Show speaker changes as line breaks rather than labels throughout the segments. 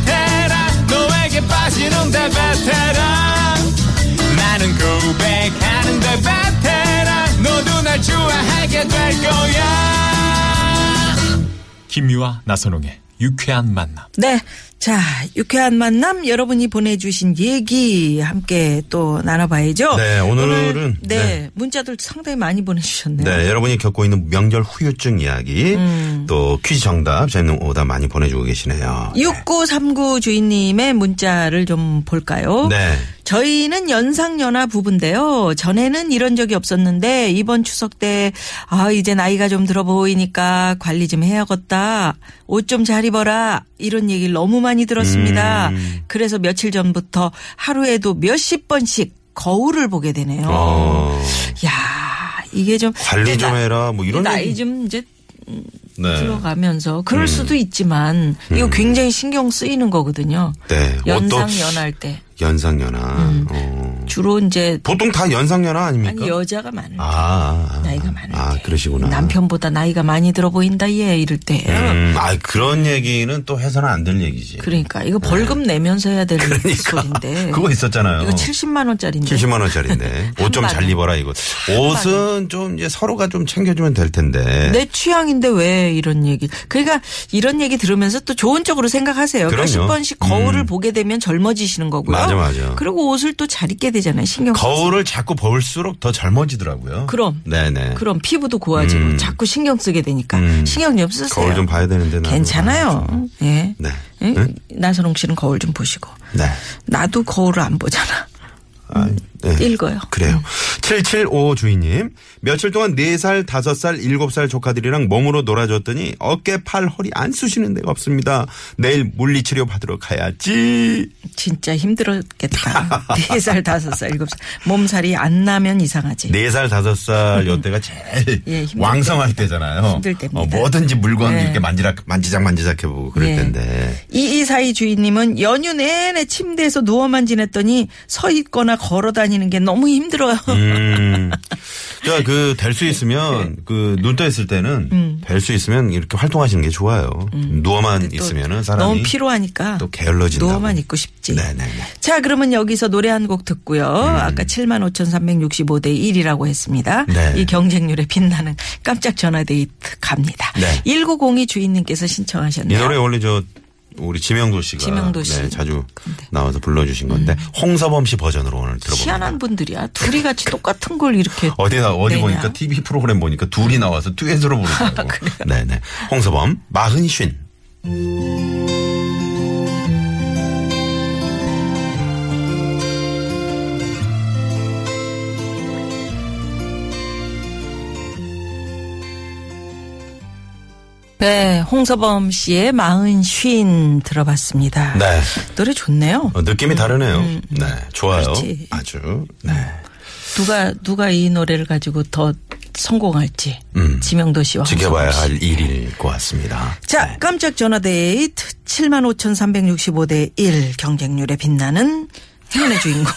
베테랑 너에게 빠지는데 베테랑 나는 고백하는데 베테랑 너도 날 좋아하게 될 거야
김미화 나선홍의 유쾌한 만남.
네. 자, 유쾌한 만남 여러분이 보내주신 얘기 함께 또 나눠봐야죠.
네, 오늘은
오늘, 네,
네.
문자들 상당히 많이 보내주셨네요. 음.
네, 여러분이 겪고 있는 명절 후유증 이야기, 또 퀴즈 정답, 재밌는 오답 많이 보내주고 계시네요.
6939 주인님의 문자를 좀 볼까요?
네.
저희는 연상연하 부부인데요. 전에는 이런 적이 없었는데 이번 추석 때 아, 이제 나이가 좀 들어 보이니까 관리 좀 해야겠다. 옷 좀 잘 입어라. 이런 얘기를 너무 많이 들었습니다.
음.
그래서 며칠 전부터 하루에도 몇십 번씩 거울을 보게 되네요.
어,
야, 이게 좀
관리 좀
나-
해라, 뭐 이런.
나이
얘기-
좀 이제
네. 음.
들어가면서 그럴 수도 있지만 이거 굉장히 신경 쓰이는 거거든요.
네. 옷도
연상 연할 때
연상연하. 어.
주로 이제
보통 다 연상연하 아닙니까?
아니 여자가 많을 때
아, 아,
나이가 많을 때
아, 그러시구나.
남편보다 나이가 많이 들어 보인다 얘 이럴 때
음, 아, 그런 얘기는 또 해서는 안 될 얘기지.
그러니까 이거 벌금 내면서 해야 될 소리인데
네. 그러니까. 그거 있었잖아요.
이거 70만 원짜리인데
70만 원짜리인데
한
옷 좀 잘
방에. 네,
입어라 이거. 옷은 좀 이제 서로가 좀 챙겨주면 될 텐데.
내 취향인데 왜 이런 얘기. 그러니까 이런 얘기 들으면서 또 좋은 쪽으로 생각하세요. 그러니까
그럼요.
몇십 번씩 거울을
음.
보게 되면 젊어지시는 거고요.
맞아, 맞아.
그리고 옷을 또 잘 입게 되잖아요. 신경 써서.
거울을 자꾸 볼수록 더 젊어지더라고요.
그럼.
네네.
그럼 피부도 고와지고 자꾸 신경 쓰게 되니까
음.
신경 좀 쓰세요.
거울 좀 봐야 되는데. 나도.
괜찮아요.
아, 좀.
예.
네.
예? 나선홍 씨는 거울 좀 보시고
네.
나도 거울을 안 보잖아.
아, 네.
읽어요.
그래요. 7755 주인님. 며칠 동안 4살, 5살, 7살 조카들이랑 몸으로 놀아줬더니 어깨, 팔, 허리 안 쑤시는 데가 없습니다. 내일 물리치료 받으러 가야지.
음, 진짜 힘들었겠다. 네 살, 다섯 살, 일곱 살 몸살이 안 나면 이상하지.
4살, 5살 요때가 제일
예, 힘들
왕성할 때잖아요.
힘들 때입니다.
어, 뭐든지 물건
네.
이렇게 만지락, 만지작 만지작 해보고 그럴
예.
텐데.
이이사이 주인님은 연휴 내내 침대에서 누워만 지냈더니 서 있거나 걸어 다니는 게 너무 힘들어요.
음. 자, 그, 될 수
네.
있으면, 그, 눈 떠 있을 때는,
음.
될 수 있으면 이렇게 활동하시는 게 좋아요. 누워만
또
있으면은 사람이.
너무 피로하니까
또 게을러진다고.
누워만 있고 싶지.
네네네. 음.
자, 그러면 여기서 노래 한 곡 듣고요. 아까 75,365대 1이라고 했습니다.
네.
이 경쟁률에 빛나는 깜짝 전화 데이트 갑니다.
네.
1902 주인님께서
이
신청하셨네요.
노래 원래 저, 우리 지명도 씨가.
지명도
네,
씨.
자주
근데. 음.
나와서 불러주신 건데, 홍서범 씨 버전으로 오늘 들어봅니다.
희한한 분들이야. 둘이 같이 똑같은 걸 이렇게
어디나, 어디
내냐.
보니까, TV 프로그램 보니까 둘이 나와서 듀엣으로 부르더라고. 네네. 홍서범, 마흔쉰.
네, 홍서범 씨의 마흔 쉰 들어봤습니다.
네.
노래 좋네요.
어, 느낌이 다르네요. 네. 좋아요.
음, 그렇지.
아주. 네.
누가 누가 이 노래를 가지고 더 성공할지
음.
지명도 씨와
지켜봐야
홍서범 씨.
할 네. 일일 것 같습니다.
자, 깜짝 전화 데이트 75,365대 1 경쟁률에 빛나는 행운의 주인공.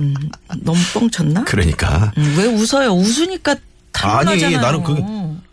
음, 너무 뻥쳤나?
그러니까.
음, 왜 웃어요? 웃으니까 탐나잖아요. 음.
아니 나는 그게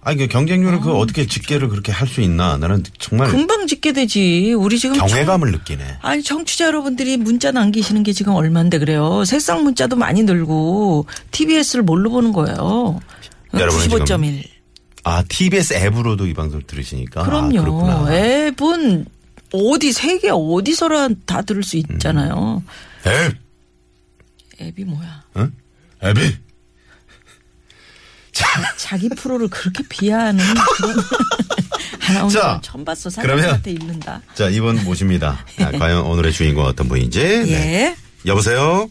아니 그 경쟁률을 그 어떻게 직계를 그렇게 할 수 있나 나는 정말
금방 짓게 되지. 우리 지금
경외감을 느끼네.
아니 청취자 여러분들이 문자 남기시는 게 지금 얼만데 그래요. 새싹 문자도 많이 늘고 TBS를 뭘로 보는 거예요?
여러분은
95.1.
아 TBS 앱으로도 이 방송 들으시니까 아,
그럼요.
그렇구나. 앱.
앱은 어디 세계 어디서나 다 들을 수 있잖아요. 앱이 뭐야?
응? 앱이
자기 프로를 그렇게 비하하는 그런 아나운서
자,
처음 봤어.
그러면-
사람한테 읽는다.
자 이번 모십니다. 아, 과연 오늘의 주인공 어떤 분인지. 네.
예.
여보세요.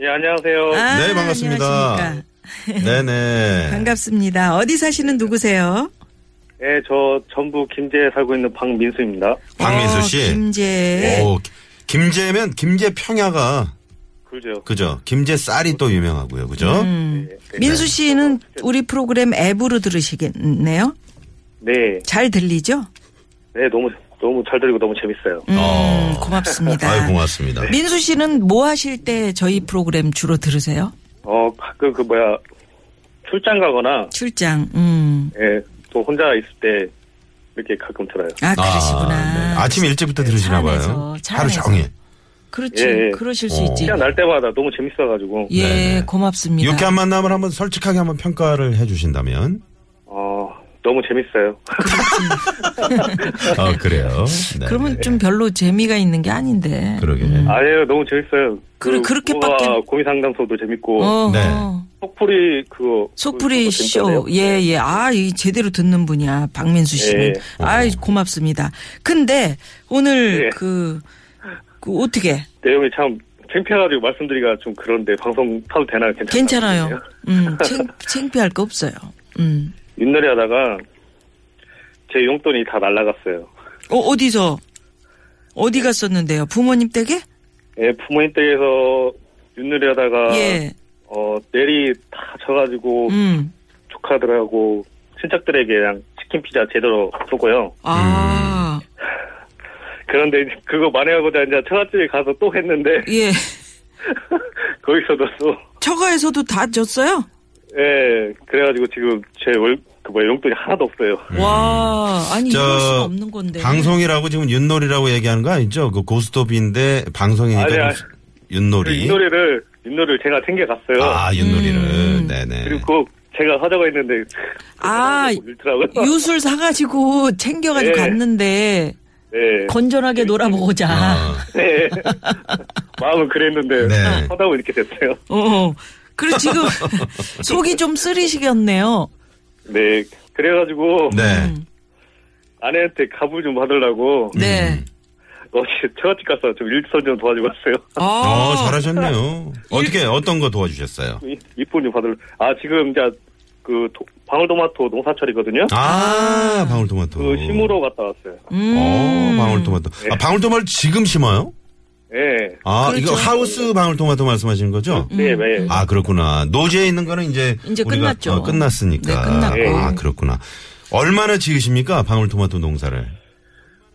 예, 안녕하세요.
아,
네, 반갑습니다. 네.
안녕하십니까.
네네.
반갑습니다. 어디 사시는 누구세요?
예, 저 전북 김제에 살고 있는 박민수입니다.
박민수 씨.
어, 김제.
오 김제면 김제 평야가
그죠.
그죠. 김제 쌀이 또 유명하고요. 그죠?
음,
네,
민수 씨는 우리 프로그램 앱으로 들으시겠네요.
네,
잘 들리죠?
네 너무 너무 잘 들리고 너무 재밌어요.
음,
어.
고맙습니다.
아유 고맙습니다. 네.
민수 씨는 뭐 하실 때 저희 프로그램 주로 들으세요?
어 가끔 그 뭐야 출장 가거나
출장. 음.
예, 또 혼자 있을 때 이렇게 가끔 들어요.
아, 그러시구나. 네,
아, 침 일찍부터 들으시나
차
봐요.
안에서, 차
하루
안에서.
종일.
그렇지.
예, 예.
그러실
어.
수 있지.
시간 날 때마다 너무 재밌어가지고
예,
네네.
고맙습니다.
유쾌한 만남을 한번 솔직하게 한번 평가를 해주신다면.
어 너무 재밌어요.
어, 그래요. 네.
그러면 음, 네. 좀 별로 재미가 있는 게 아닌데.
그러게.
아니에요, 예, 너무 재밌어요.
그래, 그렇게밖에-
뭐가 고민 상담소도 재밌고
어,
네.
어.
속풀이 그거
소프리
그거 뭐 재밌던데요?
쇼. 예, 예. 아, 이 제대로 듣는 분이야. 박민수 씨는.
예.
아이, 고맙습니다. 근데 오늘
예.
그, 그 어떻게
내용이 참 창피해가지고 말씀드리기가 좀 그런데 방송 타도 되나 요 괜찮아요.
괜찮아요. 음, 챙, 창피할 거 없어요. 음.
윷놀이 하다가 제 용돈이 다 날라갔어요.
어, 어디서
네.
어디 갔었는데요? 부모님 댁에?
예, 부모님 댁에서 윷놀이 하다가
예.
어 내리 다 져가지고
음.
조카들하고 친척들에게 그냥 치킨 피자 제대로 쏘고요.
아,
음.
그런데 이제 그거 만회하고자 이제 처갓집에 가서 또 했는데
예.
거기서도 또
처가에서도 다 졌어요?
예, 그래가지고 지금 제 월 그 뭐야 용돈이 하나도 없어요.
와, 아니
음. 저,
이럴 수가 없는 건데.
방송이라고 지금 윷놀이라고 얘기하는 거 아니죠? 그 고스톱인데 방송이니까
아니,
좀
아니. 그
윷놀이.
윷놀이를 윷놀이를 제가 챙겨갔어요.
아, 윷놀이를.
음.
네네.
그리고 꼭 제가 하자고 했는데
아,
잃더라고요.
요술 사가지고 챙겨가지고
예.
갔는데
네.
예.
건전하게 놀아보고자.
어,
네. 마음은 그랬는데
네.
하다 보니 이렇게 됐어요.
어. 그리고 지금 속이 좀 쓰리시겠네요.
네.
음.
그래가지고
네.
아내한테 가부 좀 받으려고
네.
음.
어제 처갓집 가서 좀 일선 좀 도와주고 왔어요.
아,
어, 잘하셨네요. 어떻게, 어떤 거 도와주셨어요?
이- 이쁜 좀 받을. 아 지금 이제 그 도- 방울토마토 농사철이거든요.
아, 방울토마토.
그 네. 심으러 갔다 왔어요.
음.
어, 방울토마토. 아, 방울토마토 지금 심어요?
예.
아,
그렇죠. 음,
이거 하우스 방울토마토 말씀하시는 거죠?
네, 네.
아, 그렇구나. 노지에 있는 거는 이제.
이제
우리가,
끝났죠.
어,
네,
끝났으니까.
끝났고.
아, 그렇구나. 얼마나 지으십니까? 방울토마토 농사를.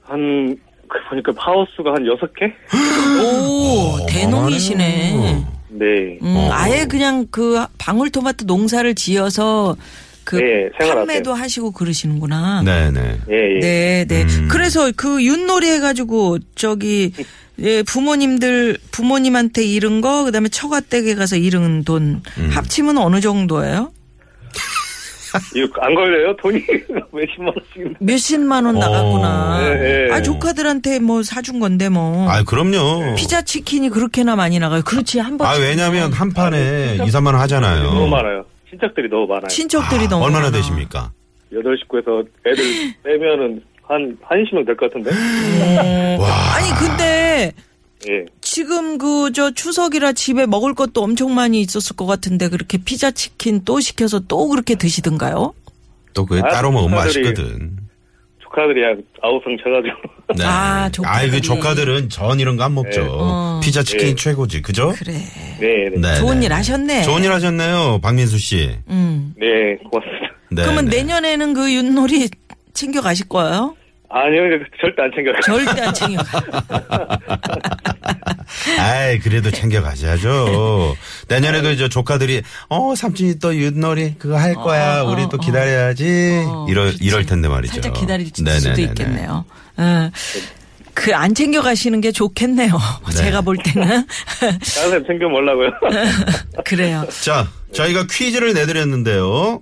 한, 그 보니까 하우스가 한 여섯 개
오,
어마어마하네요. 어.
대농이시네.
네.
음, 아예 그냥 그 방울토마토 농사를 지어서 그
네, 생활하세요.
판매도 하시고 그러시는구나.
네네.
예, 예.
네, 네.
음.
그래서 그 윷놀이 해가지고 저기 예, 부모님들 부모님한테 잃은 거 그다음에 처가댁에 가서 잃은 돈
음.
합치면 어느 정도예요?
이거 안 걸려요? 돈이 몇십만 원씩.
몇십만 원
어.
나갔구나.
예, 예.
아 조카들한테 뭐 사준 건데 뭐
아, 그럼요.
피자 치킨이 그렇게나 많이 나가요. 그렇지 한 번.
아, 왜냐면 한 판에 2, 3만 원 하잖아요.
너무 많아요. 친척들이 너무 많아요.
친척들이
아,
너무
얼마나
많아.
되십니까?
여덟 식구에서 애들 빼면은 한, 한십 명 될 것 같은데?
와.
네. 아니 근데
예.
지금 그 저 추석이라 집에 먹을 것도 엄청 많이 있었을 것 같은데 그렇게 피자 치킨 또 시켜서 또 그렇게 드시던가요?
또 그게
아,
따로 먹으면
조카들이-
맛있거든.
조카들이 한 아우성 쳐가지고.
네.
아, 조카들이.
아이, 그 조카들은 전 이런 거 안 먹죠.
네.
어.
피자 치킨이
네.
최고지, 그죠?
그래.
네, 네.
네,
좋은
네.
일 하셨네.
좋은 일 하셨네요, 박민수 씨.
음.
네, 고맙습니다.
네,
그러면
네.
내년에는 그 윷놀이 챙겨 가실 거예요?
아니요, 이거 절대 안 챙겨가요.
절대 안 챙겨 가.
아이, 그래도 챙겨가셔야죠. 내년에도 이제 조카들이, 어, 삼촌이 또 윷놀이 그거 할 거야.
어,
우리
어,
또
어.
기다려야지.
어,
이럴,
그렇지.
이럴 텐데 말이죠.
살짝 기다릴 수도
네네네네.
있겠네요. 어. 그 안 챙겨 가시는 게 좋겠네요. 제가 볼 때는
다른 사람 챙겨 먹으려고요.
그래요.
자, 저희가 퀴즈를 내드렸는데요.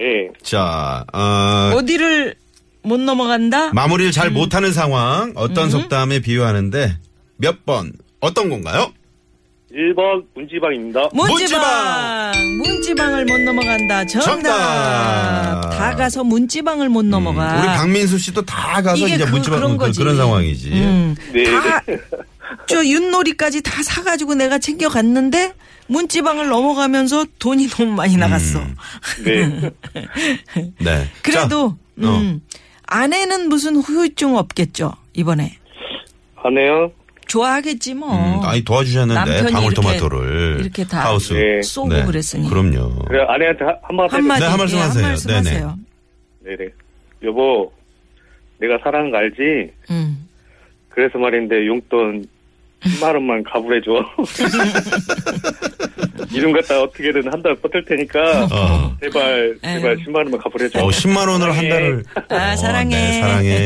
예.
자,
뭐?
어,
어디를 못 넘어간다?
마무리를 잘
음.
못하는 상황, 어떤 속담에 비유하는데, 몇 번, 어떤 건가요?
1번 문지방입니다.
뭐? 문지방! 문지방을 못 넘어간다. 정답!
정답! 음,
다 가서 문지방을 못 넘어가.
우리 박민수 씨도 다 가서
이게
이제
그-
문지방
그런 거지.
런 상황이지.
음,
네,
다, 저 윷놀이까지 다 사가지고 내가 챙겨갔는데, 문지방을 넘어가면서 돈이 너무
음.
많이 나갔어.
네.
네.
그래도,
자, 어.
음, 아내는 무슨 후유증 없겠죠, 이번에.
하네요.
좋아하겠지 뭐.
음, 아니 도와주셨는데
남편이
방울토마토를
이렇게- 이렇게 다
하우스
네.
쏘고 그랬으니.
그럼요.
그래 아내한테 한- 한마디 해도-
한마디
네, 한 말씀
예,
하세요.
한 말씀
네네.
하세요.
네네. 여보, 내가 사랑하는 거 알지?
음.
그래서 말인데 용돈 10만 원만 가불해 줘. 이름 갖다 어떻게든 한 달 버틸 테니까
어.
제발 제발
에휴.
10만 원만 가불해 줘.
어, 10만 원을 한 달을
아,
어,
사랑해.
네, 사랑해.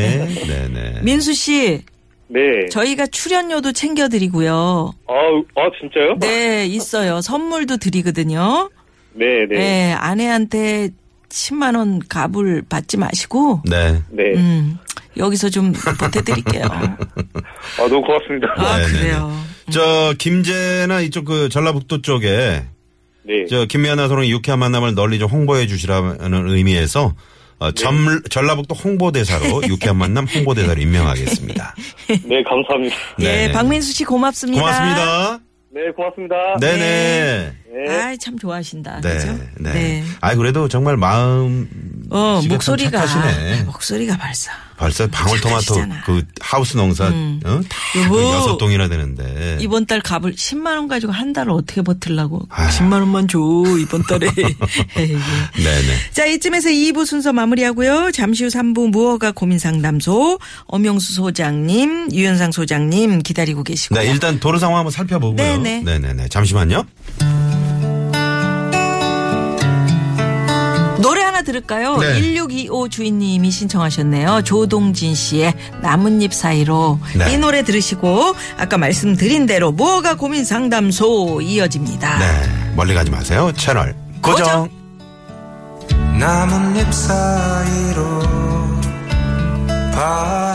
네, 네.
민수 씨,
네.
저희가 출연료도 챙겨드리고요.
아, 아 진짜요?
네, 있어요. 선물도 드리거든요.
네,
네,
네.
아내한테 10만 원 갑을 받지 마시고,
네.
네.
음, 여기서 좀 보태드릴게요.
아, 너무 고맙습니다.
아,
네, 네, 네.
그래요.
저 김제나 이쪽 그 전라북도 쪽에
네.
저 김미아나 소롱 유쾌한 만남을 널리 좀 홍보해 주시라는 의미에서 어, 점- 전라북도 홍보대사로 유쾌한 만남 홍보대사로 임명하겠습니다.
네, 감사합니다.
네.
예, 박민수 씨 고맙습니다.
고맙습니다.
네, 고맙습니다.
네네.
아, 참 좋아하신다.
네.
그죠?
네. 아 그래도 정말 마음
어,
씨가 참
목소리가
착하시네.
목소리가 발사.
벌써
음,
방울토마토
착하시잖아.
그 하우스 농사 어? 다그
여보.
여섯 동이나 되는데
이번 달 갑을 10만 원 가지고 한 달을 어떻게 버틸라고?
아휴.
10만 원만 줘 이번 달에. 예, 에이.
네네.
자 이쯤에서 2부 순서 마무리하고요. 잠시 후 3부 무허가 고민 상담소 엄영수 소장님, 유현상 소장님 기다리고 계시고요.
네, 일단 도로 상황 한번 살펴보고요.
어. 네네.
네네네. 잠시만요.
노래 하나 들을까요?
네.
1625 주인님이 신청하셨네요. 조동진 씨의 나뭇잎 사이로
네.
이 노래 들으시고 아까 말씀드린 대로 무허가 고민 상담소 이어집니다.
네. 멀리 가지 마세요. 채널 고정.
나뭇잎 사이로 바